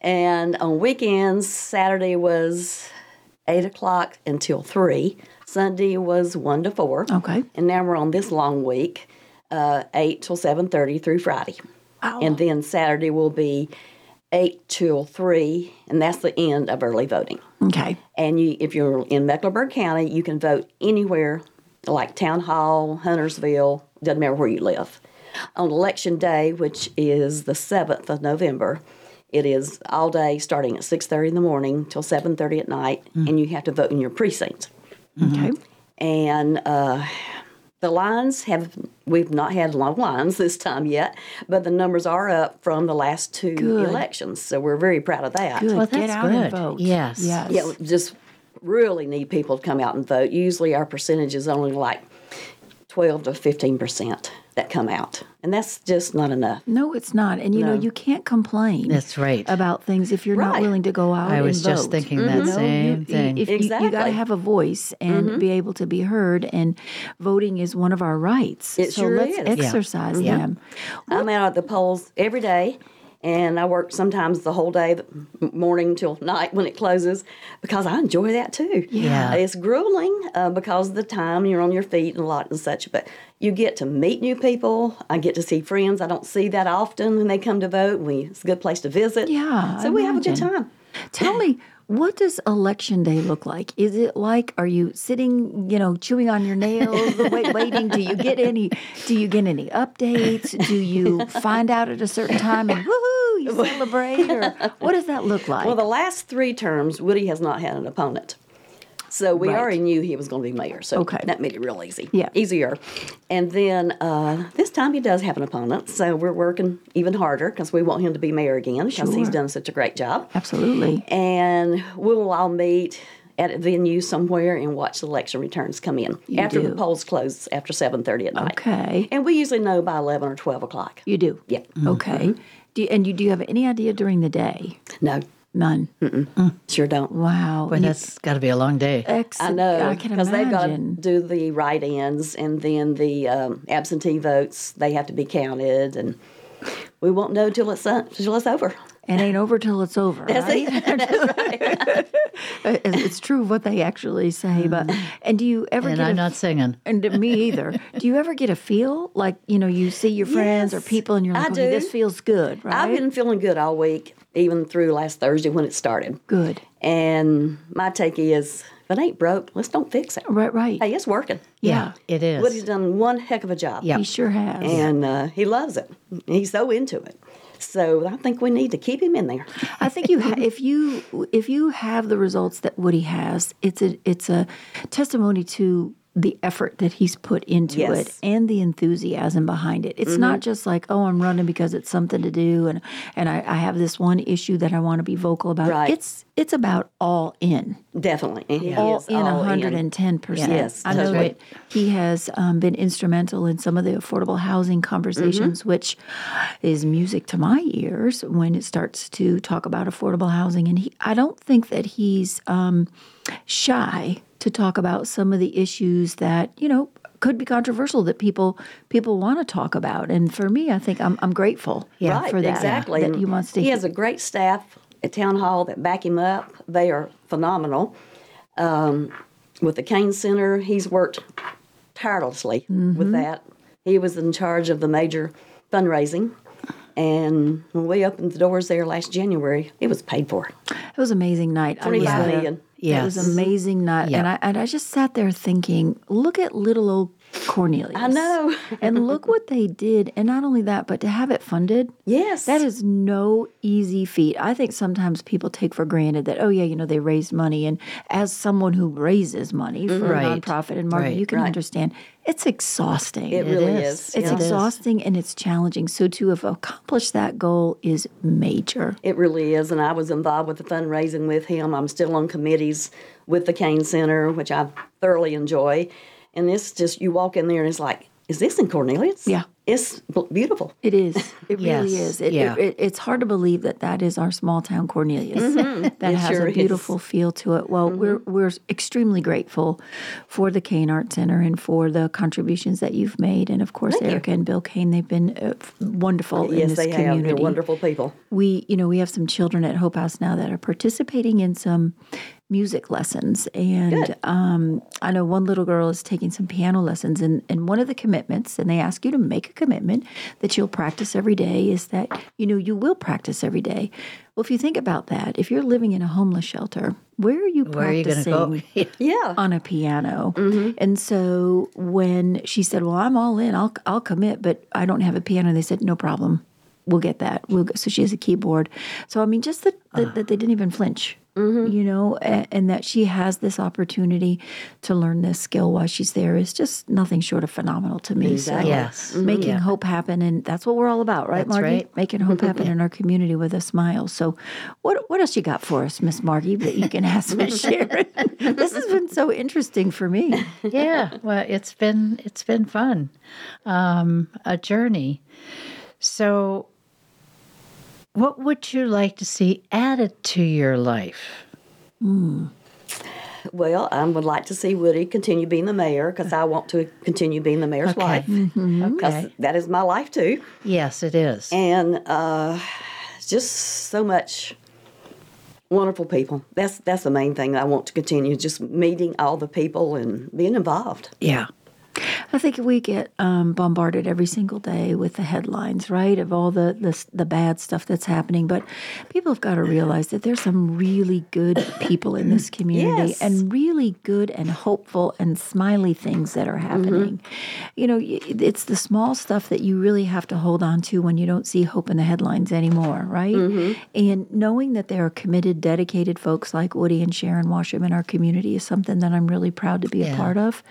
Speaker 4: and on weekends, Saturday was 8 o'clock until 3. Sunday was 1 to 4.
Speaker 2: Okay.
Speaker 4: And now we're on this long week, uh, 8 till 7.30 through Friday. And then Saturday will be eight till three, and that's the end of early voting.
Speaker 2: Okay.
Speaker 4: And you, if you're in Mecklenburg County, you can vote anywhere, like Town Hall, Huntersville, doesn't matter where you live. On Election Day, which is the 7th of November, it is all day starting at 6.30 in the morning till 7.30 at night, and you have to vote in your precinct. Mm-hmm.
Speaker 2: Okay.
Speaker 4: And uh, the lines have, we've not had long lines this time yet, but the numbers are up from the last two
Speaker 2: Good.
Speaker 4: elections. So we're very proud of that.
Speaker 2: Good.
Speaker 3: Well,
Speaker 2: Get
Speaker 3: that's
Speaker 2: out and
Speaker 3: good.
Speaker 2: vote.
Speaker 3: Yes.
Speaker 2: Yes.
Speaker 4: Yeah, we just really need people to come out and vote. Usually our percentage is only like 12 to 15% that come out. And that's just not enough.
Speaker 2: No, it's not. And you know,
Speaker 4: No.
Speaker 2: you can't complain.
Speaker 3: That's right.
Speaker 2: About things if you're not
Speaker 4: Right.
Speaker 2: willing to go out.
Speaker 3: I was
Speaker 2: and
Speaker 3: just
Speaker 2: vote.
Speaker 3: thinking that
Speaker 2: You know, you-
Speaker 3: same
Speaker 2: you-
Speaker 3: thing.
Speaker 2: If you- You, got to
Speaker 4: Exactly. Mm-hmm.
Speaker 2: have a voice and be able to be heard. And voting is one of our rights.
Speaker 4: It
Speaker 2: so
Speaker 4: sure
Speaker 2: let's
Speaker 4: is. Yeah.
Speaker 2: exercise them.
Speaker 4: I'm out at the polls every day, and I work sometimes the whole day, the m- morning till night when it closes, because I enjoy that too.
Speaker 3: Yeah.
Speaker 4: it's grueling uh, because of the time you're on your feet and a lot and such, but you get to meet new people. I get to see friends I don't see that often when they come to vote. We it's a good place to visit.
Speaker 2: Yeah,
Speaker 4: so
Speaker 2: I
Speaker 4: we have a good
Speaker 2: imagine.
Speaker 4: time.
Speaker 2: Tell me, what does election day look like? Is it like are you sitting, you know, chewing on your nails, wait, waiting? Do you get any? Do you get any updates? Do you find out at a certain time and woohoo, you celebrate? Or what does that look like?
Speaker 4: Well, the last three terms, Woody has not had an opponent. So we
Speaker 2: Right.
Speaker 4: already knew he was going to be mayor. So
Speaker 2: Okay.
Speaker 4: that made it real easy.
Speaker 2: Yeah.
Speaker 4: Easier. And then uh, this time he does have an opponent. So we're working even harder because we want him to be mayor again because he's
Speaker 2: Sure.
Speaker 4: done such a great job.
Speaker 2: Absolutely.
Speaker 4: And we'll all meet at a venue somewhere and watch the election returns come in
Speaker 2: You
Speaker 4: after
Speaker 2: do.
Speaker 4: the polls close after 7.30 at night.
Speaker 2: Okay.
Speaker 4: And we usually know by 11 or 12 o'clock.
Speaker 2: You do. Mm-hmm.
Speaker 4: Yeah. Mm-hmm.
Speaker 2: Okay. Do you, and you do you have any idea during the day?
Speaker 4: No,
Speaker 2: None.
Speaker 4: Mm. sure don't.
Speaker 2: Wow.
Speaker 3: Boy,
Speaker 2: And you-
Speaker 3: that's got to be a long day.
Speaker 2: ex-
Speaker 4: I know
Speaker 2: I can
Speaker 4: because they've got to
Speaker 2: imagine.
Speaker 4: do the write-ins and then the um, absentee votes. They have to be counted, and we won't know till it's uh, till it's over.
Speaker 2: And ain't over till it's over.
Speaker 4: That's
Speaker 2: right?
Speaker 4: it.
Speaker 2: It- it's true what they actually
Speaker 4: Mm.
Speaker 2: say, but and do you ever
Speaker 3: and
Speaker 2: get
Speaker 3: I'm
Speaker 2: a-
Speaker 3: not singing.
Speaker 2: and me either. Do you ever get a feel like you know you see your friends or
Speaker 4: Yes,
Speaker 2: people and you're
Speaker 4: I
Speaker 2: like, okay,
Speaker 4: do.
Speaker 2: this feels good, right?
Speaker 4: I've been feeling good all week, even through last Thursday when it started.
Speaker 2: good,
Speaker 4: And my take is, if it ain't broke, let's don't fix it.
Speaker 2: right? Right?
Speaker 4: Hey, it's working.
Speaker 2: yeah.
Speaker 3: It is.
Speaker 4: Woody's done one heck of a job.
Speaker 3: Yeah.
Speaker 2: he sure has.
Speaker 4: and uh, he loves it. He's so into it. So I think we need to keep him in there.
Speaker 2: I think you ha- if you if you have the results that Woody has, it's a it's a testimony to the effort that he's put into
Speaker 4: Yes. Mm-hmm.
Speaker 2: it and the enthusiasm behind it. It's not just like, oh, I'm running because it's something to do and and I, I have this one issue that I want to be vocal about.
Speaker 4: Right.
Speaker 2: It's it's about all in.
Speaker 4: Definitely. And he
Speaker 2: All
Speaker 4: is
Speaker 2: in
Speaker 4: all
Speaker 2: hundred and ten percent.
Speaker 4: Yes,
Speaker 2: I know
Speaker 4: that's right.
Speaker 2: that he has um, been instrumental in some of the affordable housing conversations,
Speaker 4: Mm-hmm.
Speaker 2: which is music to my ears when it starts to talk about affordable housing. And he, I don't think that he's um, shy to talk about some of the issues that you know could be controversial that people people want to talk about. And for me, I think I'm, I'm grateful
Speaker 4: right,
Speaker 2: for that.
Speaker 4: Exactly.
Speaker 2: That
Speaker 4: And
Speaker 2: he wants to.
Speaker 4: He has a great staff at town hall that back him up. They are phenomenal. Um, with the Kane Center, he's worked tirelessly
Speaker 2: Mm-hmm.
Speaker 4: with that. He was in charge of the major fundraising, and when we opened the doors there last January, it was paid for.
Speaker 2: It was an amazing night. I was
Speaker 4: 25
Speaker 2: there.
Speaker 4: million.
Speaker 2: It was
Speaker 3: Yes.
Speaker 2: an amazing night. And, I, and I just sat there thinking, look at little old Cornelius. I
Speaker 4: know.
Speaker 2: and look what they did. And not only that, but to have it funded.
Speaker 4: Yes,
Speaker 2: That is no easy feat. I think sometimes people take for granted that, oh, yeah, you know, they raised money. And as someone who raises money for a
Speaker 3: Mm-hmm. Right.
Speaker 2: nonprofit and market,
Speaker 3: Right.
Speaker 2: you can understand it's exhausting.
Speaker 4: it, really
Speaker 3: is.
Speaker 4: is.
Speaker 2: it's
Speaker 4: yeah.
Speaker 2: exhausting and it's challenging. So to have accomplished that goal is major.
Speaker 4: It really is, and I was involved with the fundraising with him. I'm still on committees with the Kane Center, which I thoroughly enjoy. And it's just you walk in there and it's like, is this in Cornelius?
Speaker 2: Yeah.
Speaker 4: it's b- beautiful.
Speaker 2: It is. It really
Speaker 3: Yes.
Speaker 2: is. It,
Speaker 3: Yeah.
Speaker 2: it, it- it's hard to believe that that is our small town Cornelius. That
Speaker 4: Mm-hmm. It
Speaker 2: has
Speaker 4: sure
Speaker 2: a
Speaker 4: is. Mm-hmm.
Speaker 2: beautiful feel to it. Well, we're we're extremely grateful for the Kane Art Center and for the contributions that you've made, and of course
Speaker 4: you.
Speaker 2: Erica and Bill Kane. They've been uh, f- wonderful in
Speaker 4: yes,
Speaker 2: this
Speaker 4: they have.
Speaker 2: community
Speaker 4: They're wonderful people.
Speaker 2: we you know we have some children at hope house now that are participating in some music lessons. And um, I know one little girl is taking some piano lessons. And, and one of the commitments, and they ask you to make a commitment that you'll practice every day, is that, you know, you will practice every day. Well, if you think about that, if you're living in a homeless shelter, where are you
Speaker 3: Where are you going to
Speaker 2: practicing?
Speaker 3: go?
Speaker 4: Yeah. Mm-hmm.
Speaker 2: on a piano. And so when she said, "Well, I'm all in. I'll I'll commit, but I don't have a piano." They said, "No problem. We'll get that." We'll go. So she has a keyboard. So I mean, just that
Speaker 4: Ah.
Speaker 2: that, that they didn't even flinch.
Speaker 4: Mm-hmm.
Speaker 2: You know, and, and that she has this opportunity to learn this skill while she's there is just nothing short of phenomenal to me. So
Speaker 4: Exactly.
Speaker 3: Yes. Mhm.
Speaker 2: making
Speaker 3: Yeah.
Speaker 2: hope happen, and that's what we're all about, right,
Speaker 3: That's
Speaker 2: Margie?
Speaker 3: right.
Speaker 2: Making hope happen in our community with a smile. So, what what else you got for us, Miss Margie, that you can ask Miss Sharon? this has been so interesting for me.
Speaker 3: yeah well it's been it's been fun um a journey so what would you like to see added to your life
Speaker 4: Well, I would like to see Woody continue being the mayor because I want to continue being the mayor's wife.
Speaker 2: Mm-hmm.
Speaker 3: okay
Speaker 4: That is my life too.
Speaker 3: yes it is
Speaker 4: And uh, just so much wonderful people. That's that's the main thing I want to continue. Just meeting all the people and being involved.
Speaker 3: yeah
Speaker 2: I think we get um, bombarded every single day with the headlines, right, of all the, the the bad stuff that's happening. But people have got to realize that there's some really good people in this community,
Speaker 4: Yes.
Speaker 2: and really good and hopeful and smiley things that are happening. You know, y- it's the small stuff that you really have to hold on to when you don't see hope in the headlines anymore, right? And knowing that there are committed, dedicated folks like Woody and Sharon Washam in our community is something that I'm really proud to be a part of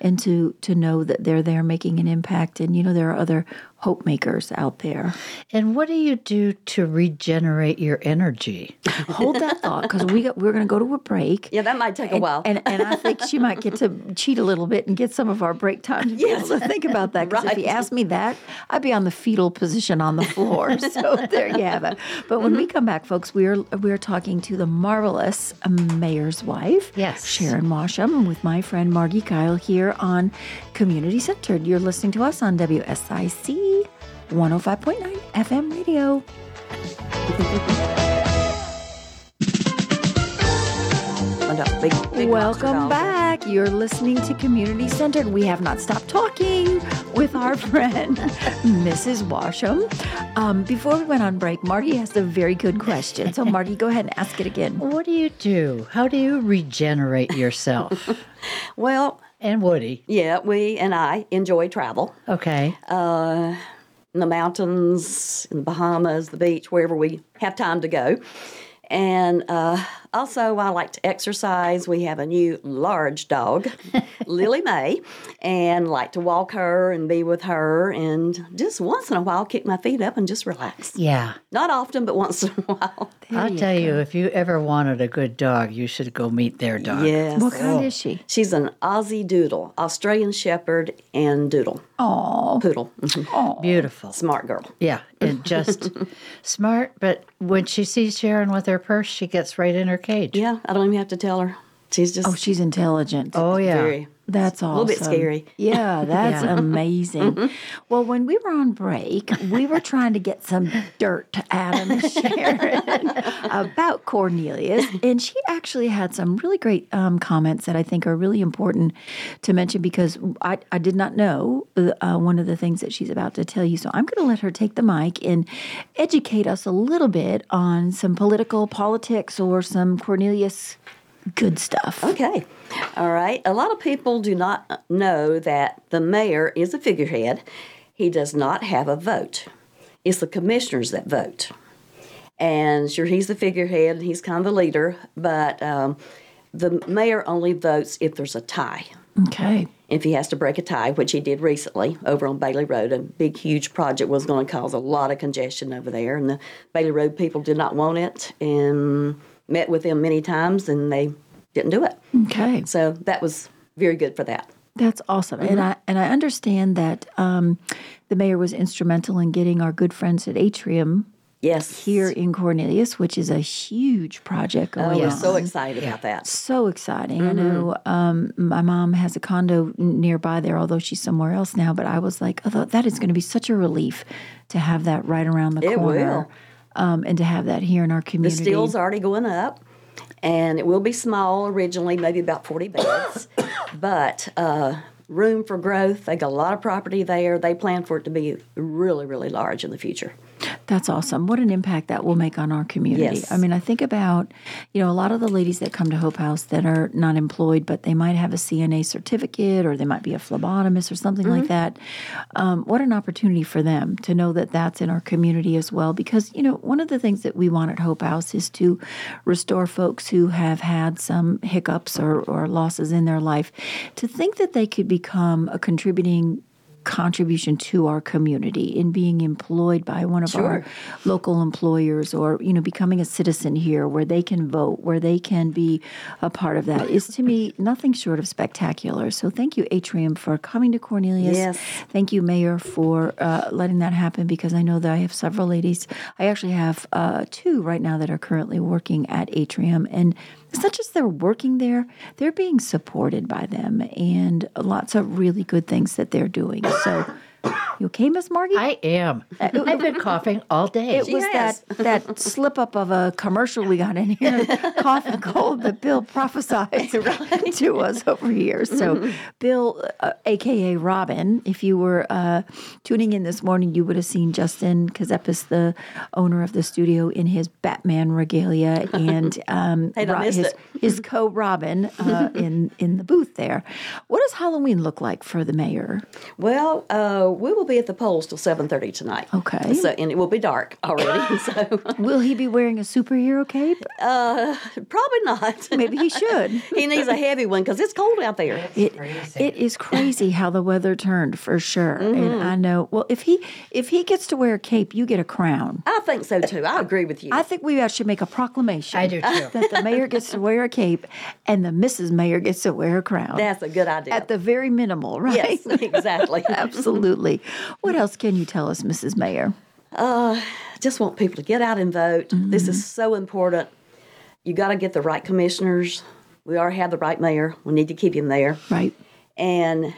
Speaker 2: and to to know that they're there making an impact and you know there are other hope makers out there.
Speaker 3: and what do you do to regenerate your energy
Speaker 2: Hold that thought cuz we got, we're going to go to a break.
Speaker 4: Yeah, that might take a
Speaker 2: and,
Speaker 4: while.
Speaker 2: And, and I think she might get to cheat a little bit and get some of our break time. Yes. So think about that. Because if you
Speaker 4: Right.
Speaker 2: asked me that, I'd be on the fetal position on the floor. so there you have it. But when we
Speaker 4: Mm-hmm.
Speaker 2: come back, folks, we are we are talking to the marvelous um, mayor's wife,
Speaker 3: Yes.
Speaker 2: Sharon Washam, with my friend Margie Kyle here on Community Centered. You're listening to us on WSIC 105.9 FM radio.
Speaker 4: And a big- big
Speaker 2: Welcome
Speaker 4: knock it off.
Speaker 2: back. You're listening to Community Centered. We have not stopped talking with our friend, Mrs. Washam. Um, before we went on break, Marty asked a very good question. So, Marty, go ahead and ask it again.
Speaker 3: what do you do how do you regenerate yourself
Speaker 4: Well,
Speaker 3: and woody
Speaker 4: yeah, we and I enjoy travel.
Speaker 3: okay
Speaker 4: in the mountains, in the Bahamas, the beach, wherever we have time to go. And uh, also, I like to exercise. We have a new large dog, Lily May, and like to walk her and be with her, and just once in a while kick my feet up and just relax.
Speaker 3: yeah
Speaker 4: Not often, but once in a while.
Speaker 3: i'll tell you if you ever wanted a good dog you should go meet their dog
Speaker 4: Yes.
Speaker 2: What kind is she?
Speaker 4: She's an Aussie Doodle, Australian Shepherd, and Doodle.
Speaker 2: Oh,
Speaker 4: Poodle.
Speaker 3: beautiful
Speaker 4: Smart girl.
Speaker 3: Yeah, and just smart. But when she sees Sharon with her purse, she gets right in her cage.
Speaker 4: Yeah, I don't even have to tell her. She's just
Speaker 2: oh, she's intelligent.
Speaker 3: Oh yeah.
Speaker 4: very.
Speaker 2: That's awesome.
Speaker 4: little bit scary. Mm-hmm.
Speaker 2: Yeah, that's amazing. Well, when we were on break, we were trying to get some dirt out of Miss Sharon about Cornelius, and she actually had some really great um, comments that I think are really important to mention because I, I did not know uh, one of the things that she's about to tell you. So I'm going to let her take the mic and educate us a little bit on some political politics or some Cornelius good stuff.
Speaker 4: Okay. All right. A lot of people do not know that the mayor is a figurehead. He does not have a vote. It's the commissioners that vote. And sure, he's the figurehead and he's kind of the leader, but um, the mayor only votes if there's a tie.
Speaker 2: Okay.
Speaker 4: If he has to break a tie, which he did recently over on Bailey Road, a big, huge project was going to cause a lot of congestion over there, and the Bailey Road people did not want it and met with them many times, and they didn't do it.
Speaker 2: Okay.
Speaker 4: So that was very good for that.
Speaker 2: That's awesome,
Speaker 4: Mm-hmm.
Speaker 2: and I and I understand that um, the mayor was instrumental in getting our good friends at Atrium
Speaker 4: Yes.
Speaker 2: here in Cornelius, which is a huge project
Speaker 4: Oh,
Speaker 2: going
Speaker 4: we're
Speaker 2: on.
Speaker 4: so Mm-hmm. excited about that.
Speaker 2: So exciting! I know um, my mom has a condo nearby there, although she's somewhere else now. But I was like, oh, that is going to be such a relief to have that right around the
Speaker 4: It
Speaker 2: corner,
Speaker 4: will.
Speaker 2: Um, and to have that here in our
Speaker 4: The
Speaker 2: community.
Speaker 4: steel's already going up. and it will be small originally, maybe about 40 beds, but uh, room for growth. They got a lot of property there. They plan for it to be really, really large in the future.
Speaker 2: That's awesome. What an impact that will make on our community.
Speaker 4: Yes.
Speaker 2: I mean, I think about, you know, a lot of the ladies that come to Hope House that are not employed, but they might have a CNA certificate or they might be a phlebotomist or something like that. Um, what an opportunity for them to know that that's in our community as well. Because, you know, one of the things that we want at Hope House is to restore folks who have had some hiccups or, or losses in their life to think that they could become a contributing contribution to our community in being employed by one of our local employers or you know becoming a citizen here where they can vote where they can be a part of that is to me nothing short of spectacular so thank you atrium for coming to cornelius
Speaker 4: Yes.
Speaker 2: thank you mayor for uh, letting that happen because i know that i have several ladies i actually have uh, two right now that are currently working at atrium and it's not just they're working there, they're being supported by them and lots of really good things that they're doing. So, you okay, Miss Margie?
Speaker 3: I am.
Speaker 4: Uh,
Speaker 3: I've been coughing all day.
Speaker 2: it was
Speaker 4: has.
Speaker 2: that, that slip up of a commercial we got in here, cough and cold, that Bill prophesied to us over here.
Speaker 4: Mm-hmm.
Speaker 2: So, Bill, uh, aka Robin, if you were uh, tuning in this morning, you would have seen Justin Kazepis, the owner of the studio, in his Batman regalia and um,
Speaker 4: Hey, don't miss
Speaker 2: his,
Speaker 4: it.
Speaker 2: his co Robin uh, in, in the booth there. What does Halloween look like for the mayor?
Speaker 4: Well, uh, we will be at the polls till 7.30 tonight.
Speaker 2: Okay.
Speaker 4: So, and it will be dark already, so
Speaker 2: Will he be wearing a superhero cape?
Speaker 4: probably not.
Speaker 2: Maybe he should.
Speaker 4: he needs a heavy one because it's cold out there.
Speaker 2: it, it is crazy how the weather turned for sure
Speaker 3: Mm-hmm.
Speaker 2: and i know well if he if he gets to wear a cape you get a crown
Speaker 4: I think so too. I agree with you.
Speaker 2: i think we should make a proclamation
Speaker 3: I do too.
Speaker 2: that the mayor gets to wear a cape and the mrs mayor gets to wear a crown
Speaker 4: That's a good idea.
Speaker 2: at the very minimal right
Speaker 4: yes, exactly.
Speaker 2: absolutely what else can you tell us mrs mayor
Speaker 4: uh, just want people to get out and vote. This
Speaker 3: Mm-hmm.
Speaker 4: is so important. You got to get the right commissioners. We already have the right mayor. We need to keep him there.
Speaker 2: right
Speaker 4: And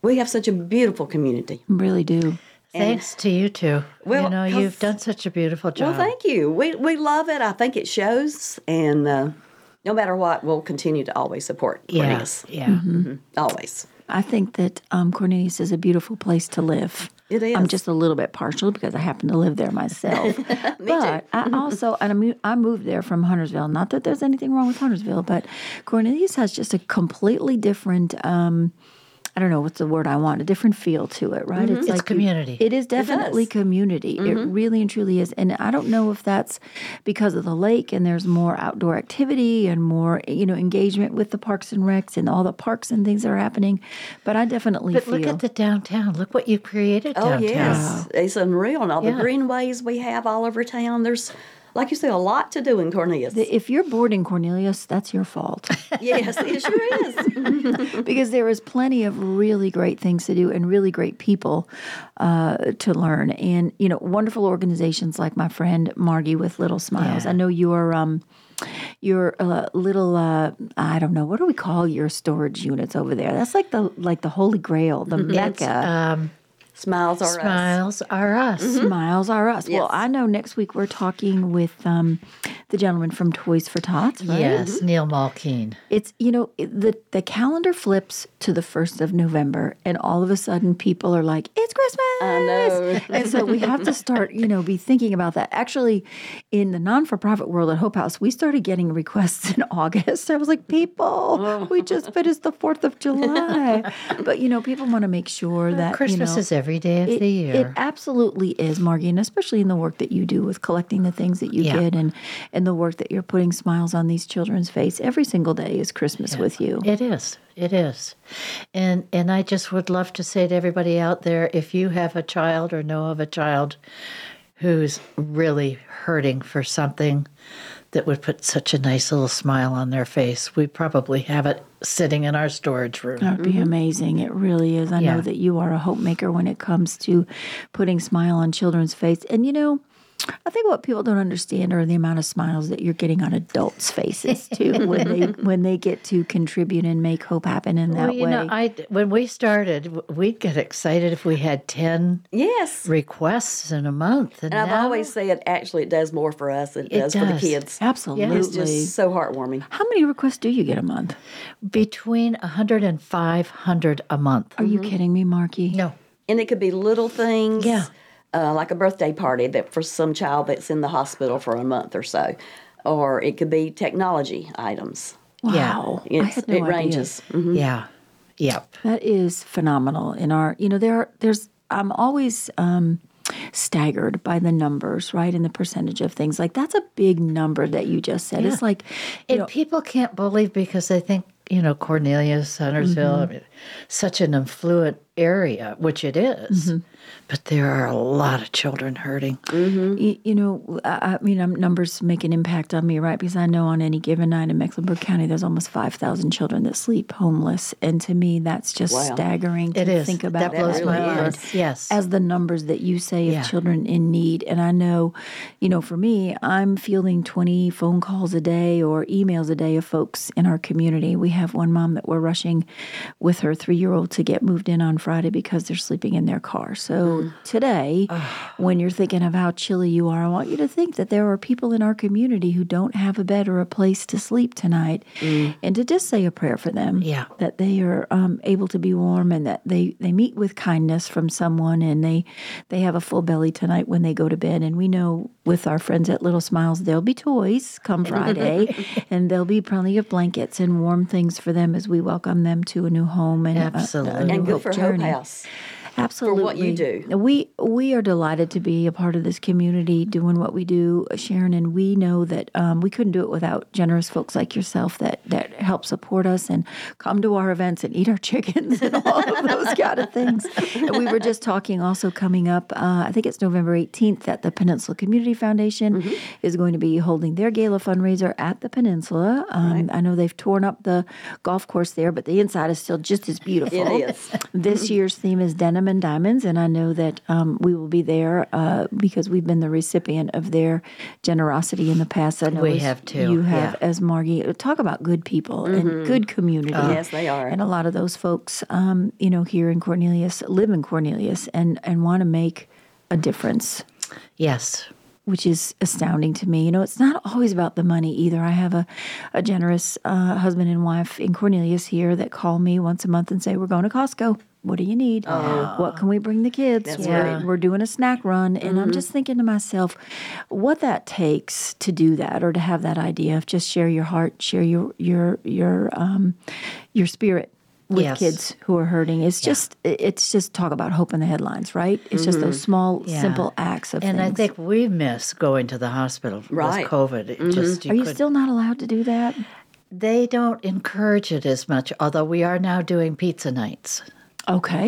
Speaker 4: we have such a beautiful community.
Speaker 2: really do
Speaker 3: Thanks to you two.
Speaker 4: Well,
Speaker 3: you know,
Speaker 4: 'cause-
Speaker 3: you've done such a beautiful job.
Speaker 4: Well, thank you. We, we love it. I think it shows. And uh, no matter what, we'll continue to always support
Speaker 3: Yeah,
Speaker 4: Cornelius.
Speaker 3: yeah.
Speaker 4: Always.
Speaker 2: I think that um, Cornelius is a beautiful place to live.
Speaker 4: It is.
Speaker 2: I'm just a little bit partial because I happen to live there myself. but I also, and I, mo- I moved there from Huntersville. Not that there's anything wrong with Huntersville, but Cornelius has just a completely different. Um, I don't know what's the word I want. A different feel to it, right?
Speaker 3: Mm-hmm. It's
Speaker 2: you-
Speaker 3: community.
Speaker 2: it is definitely community.
Speaker 3: Mm-hmm.
Speaker 2: It really and truly is. And I don't know if that's because of the lake and there's more outdoor activity and more, you know, engagement with the parks and recs and all the parks and things that are happening. But I definitely
Speaker 3: But
Speaker 2: feel
Speaker 3: look at the downtown. Look what you've created
Speaker 4: Oh,
Speaker 3: downtown.
Speaker 4: yes. It's unreal. And all
Speaker 3: Yeah.
Speaker 4: the greenways we have all over town. There's, like you say, a lot to do in Cornelius.
Speaker 2: if you're bored in Cornelius, that's your fault
Speaker 4: yes, it sure is.
Speaker 2: because there is plenty of really great things to do and really great people uh, to learn and you know wonderful organizations like my friend Margie with Little Smiles.
Speaker 3: Yeah.
Speaker 2: I know your um, your uh, little uh, I don't know what do we call your storage units over there? That's like the like the holy grail, the
Speaker 3: Mm-hmm.
Speaker 2: mecca.
Speaker 4: Smiles
Speaker 3: uh,
Speaker 4: are us. Mm-hmm.
Speaker 3: Smiles are us.
Speaker 2: Smiles are us. Well,
Speaker 4: Yes.
Speaker 2: I know next week we're talking with um, the gentleman from Toys for Tots, right?
Speaker 3: Yes,
Speaker 4: Mm-hmm.
Speaker 3: Neil Malkin.
Speaker 2: It's you know it- the the calendar flips to the first of November, and all of a sudden people are like, "It's Christmas!"
Speaker 4: know.
Speaker 2: and so we have to start, you know, be thinking about that. Actually, in the non for profit world at Hope House, we started getting requests in August. I was like, "People, we just finished the Fourth of July," but you know, people want to make sure that
Speaker 3: Christmas
Speaker 2: you know,
Speaker 3: is every day of
Speaker 2: it,
Speaker 3: the
Speaker 2: it
Speaker 3: year.
Speaker 2: absolutely is, Margie, and especially in the work that you do with collecting the things that you
Speaker 3: Yeah.
Speaker 2: get and and the work that you're putting smiles on these children's face. Every single day is Christmas with you.
Speaker 3: It is. It is. And and I just would love to say to everybody out there if you have a child or know of a child who's really hurting for something that would put such a nice little smile on their face, we probably have it sitting in our storage room.
Speaker 2: That would be amazing. It really is. I know
Speaker 3: Yeah.
Speaker 2: that you are a hope maker when it comes to putting smile on children's face. And you know, I think what people don't understand are the amount of smiles that you're getting on adults' faces too when they when they get to contribute and make hope happen in that
Speaker 3: Well, you
Speaker 2: way.
Speaker 3: know, I when we started, w- we'd get excited if we had ten
Speaker 4: Yes.
Speaker 3: requests in a month, and,
Speaker 4: And I've
Speaker 3: now
Speaker 4: always said, actually, it does more for us than it,
Speaker 3: It
Speaker 4: does, for the
Speaker 3: does.
Speaker 4: kids.
Speaker 2: Absolutely.
Speaker 4: It's just so heartwarming.
Speaker 2: How many requests do you get a month?
Speaker 3: between hundred and five hundred a month.
Speaker 2: Are you kidding me, Marky?
Speaker 3: No,
Speaker 4: And it could be little things,
Speaker 3: Yeah.
Speaker 4: uh, like a birthday party that for some child that's in the hospital for a month or so, or it could be technology items.
Speaker 2: Wow. I
Speaker 4: It's-
Speaker 2: had no
Speaker 4: it
Speaker 2: idea.
Speaker 4: ranges.
Speaker 2: Mm-hmm.
Speaker 3: yeah, yep.
Speaker 2: That is phenomenal. In our, you know, there are, there's I'm always um, staggered by the numbers, right, and the percentage of things. Like that's a big number that you just said. It's like, you
Speaker 3: And
Speaker 2: know,
Speaker 3: people can't believe because they think you know Cornelius, Huntersville, I mean, such an affluent area, which it is, but there are a lot of children hurting.
Speaker 2: y- you know, I, I mean, um, numbers make an impact on me, right? Because I know on any given night in Mecklenburg County, there's almost five thousand children that sleep homeless, and to me, that's just
Speaker 4: Wow.
Speaker 2: staggering to
Speaker 3: It is
Speaker 2: think about.
Speaker 3: that blows
Speaker 4: That
Speaker 3: my
Speaker 4: really
Speaker 3: mind.
Speaker 4: is.
Speaker 3: Yes,
Speaker 2: as the numbers that you say of
Speaker 3: Yeah.
Speaker 2: children in need. And I know, you know, for me, I'm fielding 20 phone calls a day or emails a day of folks in our community. We have one mom that we're rushing with her three year old to get moved in on Friday because they're sleeping in their car. So
Speaker 3: Mm.
Speaker 2: today, when you're thinking of how chilly you are, I want you to think that there are people in our community who don't have a bed or a place to sleep tonight and to just say a prayer for them
Speaker 3: Mm. Yeah.
Speaker 2: that they are um, able to be warm and that they, they meet with kindness from someone and they they have a full belly tonight when they go to bed and we know with our friends at little smiles there'll be toys come friday and there'll be plenty of blankets and warm things for them as we welcome them to a new home and a- a-
Speaker 3: Absolutely.
Speaker 2: a,
Speaker 3: And
Speaker 2: new
Speaker 4: And good
Speaker 2: hope
Speaker 4: for Hope
Speaker 2: journey.
Speaker 4: House.
Speaker 2: Absolutely.
Speaker 4: what you do.
Speaker 2: We we are delighted to be a part of this community, doing what we do, Sharon. And we know that um, we couldn't do it without generous folks like yourself that that help support us and come to our events and eat our chickens and all of those kind of things. And we were just talking also coming up. Uh, I think it's November eighteenth that the Peninsula Community Foundation
Speaker 4: Mm-hmm.
Speaker 2: is going to be holding their gala fundraiser at the Peninsula. Um, I know they've torn up the golf course there, but the inside is still just as beautiful
Speaker 4: It is.
Speaker 2: this year's theme is denim and diamonds, and I know that um, we will be there uh, because we've been the recipient of their generosity in the past. I know
Speaker 3: We
Speaker 2: as
Speaker 3: have too,
Speaker 2: You have
Speaker 3: yeah. Mm-hmm.
Speaker 2: as Margie. uh, Talk about good people and good community.
Speaker 3: Uh,
Speaker 4: Yes, they are.
Speaker 2: And a lot of those folks, um, you know, here in Cornelius live in Cornelius and and want to make a difference
Speaker 3: yes.
Speaker 2: which is astounding to me. You know, it's not always about the money either. I have a, a generous uh, husband and wife in Cornelius here that call me once a month and say, We're going to Costco. What do you need?
Speaker 3: Ah.
Speaker 2: what can we bring the kids? we're,
Speaker 3: great.
Speaker 2: we're doing a snack run. And
Speaker 3: Mm-hmm.
Speaker 2: I'm just thinking to myself, what that takes to do that or to have that idea of just share your heart, share your your your um, your spirit with
Speaker 3: Yes.
Speaker 2: kids who are hurting. It's just it's just talk about hope in the headlines, right? It's just those small,
Speaker 3: Mm-hmm. Yeah.
Speaker 2: simple acts of
Speaker 3: And
Speaker 2: things.
Speaker 3: I think we miss going to the hospital
Speaker 4: Right.
Speaker 3: with COVID. It just
Speaker 2: Are you
Speaker 3: couldn't-
Speaker 2: still not allowed to do that?
Speaker 3: They don't encourage it as much, although we are now doing pizza nights.
Speaker 2: Okay.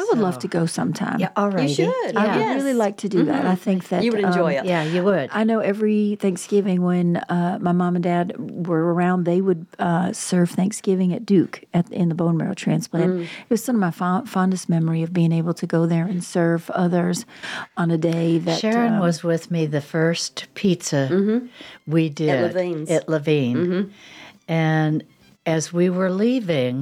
Speaker 2: I would love to go sometime.
Speaker 3: all right.
Speaker 4: should.
Speaker 2: I
Speaker 3: Yeah,
Speaker 2: would
Speaker 4: Yes. Mm-hmm.
Speaker 2: really like to do that. I think that
Speaker 4: You would enjoy
Speaker 2: um,
Speaker 4: it.
Speaker 3: yeah, you would.
Speaker 2: I know every Thanksgiving when uh, my mom and dad were around, they would uh, serve Thanksgiving at Duke at, in the bone marrow transplant.
Speaker 4: Mm.
Speaker 2: It was some of my fo- fondest memory of being able to go there and serve others on a day that
Speaker 3: Sharon
Speaker 2: um, Mm-hmm.
Speaker 3: was with me the first pizza we did
Speaker 4: Levine's.
Speaker 3: at Levine. And as we were leaving,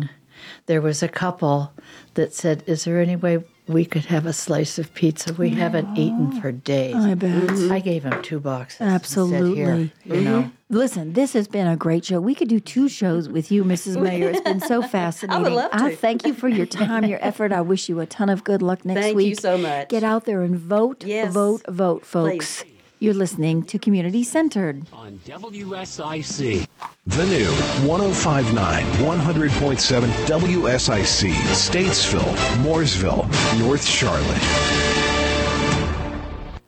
Speaker 3: there was a couple that said, Is there any way we could have a slice of pizza? We haven't eaten for days.
Speaker 2: Oh, I bet.
Speaker 3: I gave him two boxes. and said, "Here,"
Speaker 2: Absolutely.
Speaker 3: you know,
Speaker 2: Listen, this has been a great show. We could do two shows with you, Mrs. Mayor. It's been so fascinating.
Speaker 4: love to.
Speaker 2: thank you for your time, your effort. I wish you a ton of good luck next
Speaker 4: Thank you
Speaker 2: week.
Speaker 4: so much.
Speaker 2: Get out there and vote,
Speaker 4: Yes.
Speaker 2: vote, vote, folks. You're listening to Community Centered.
Speaker 1: on WSIC.
Speaker 5: The new 1059 100.7 WSIC, Statesville, Mooresville, North Charlotte.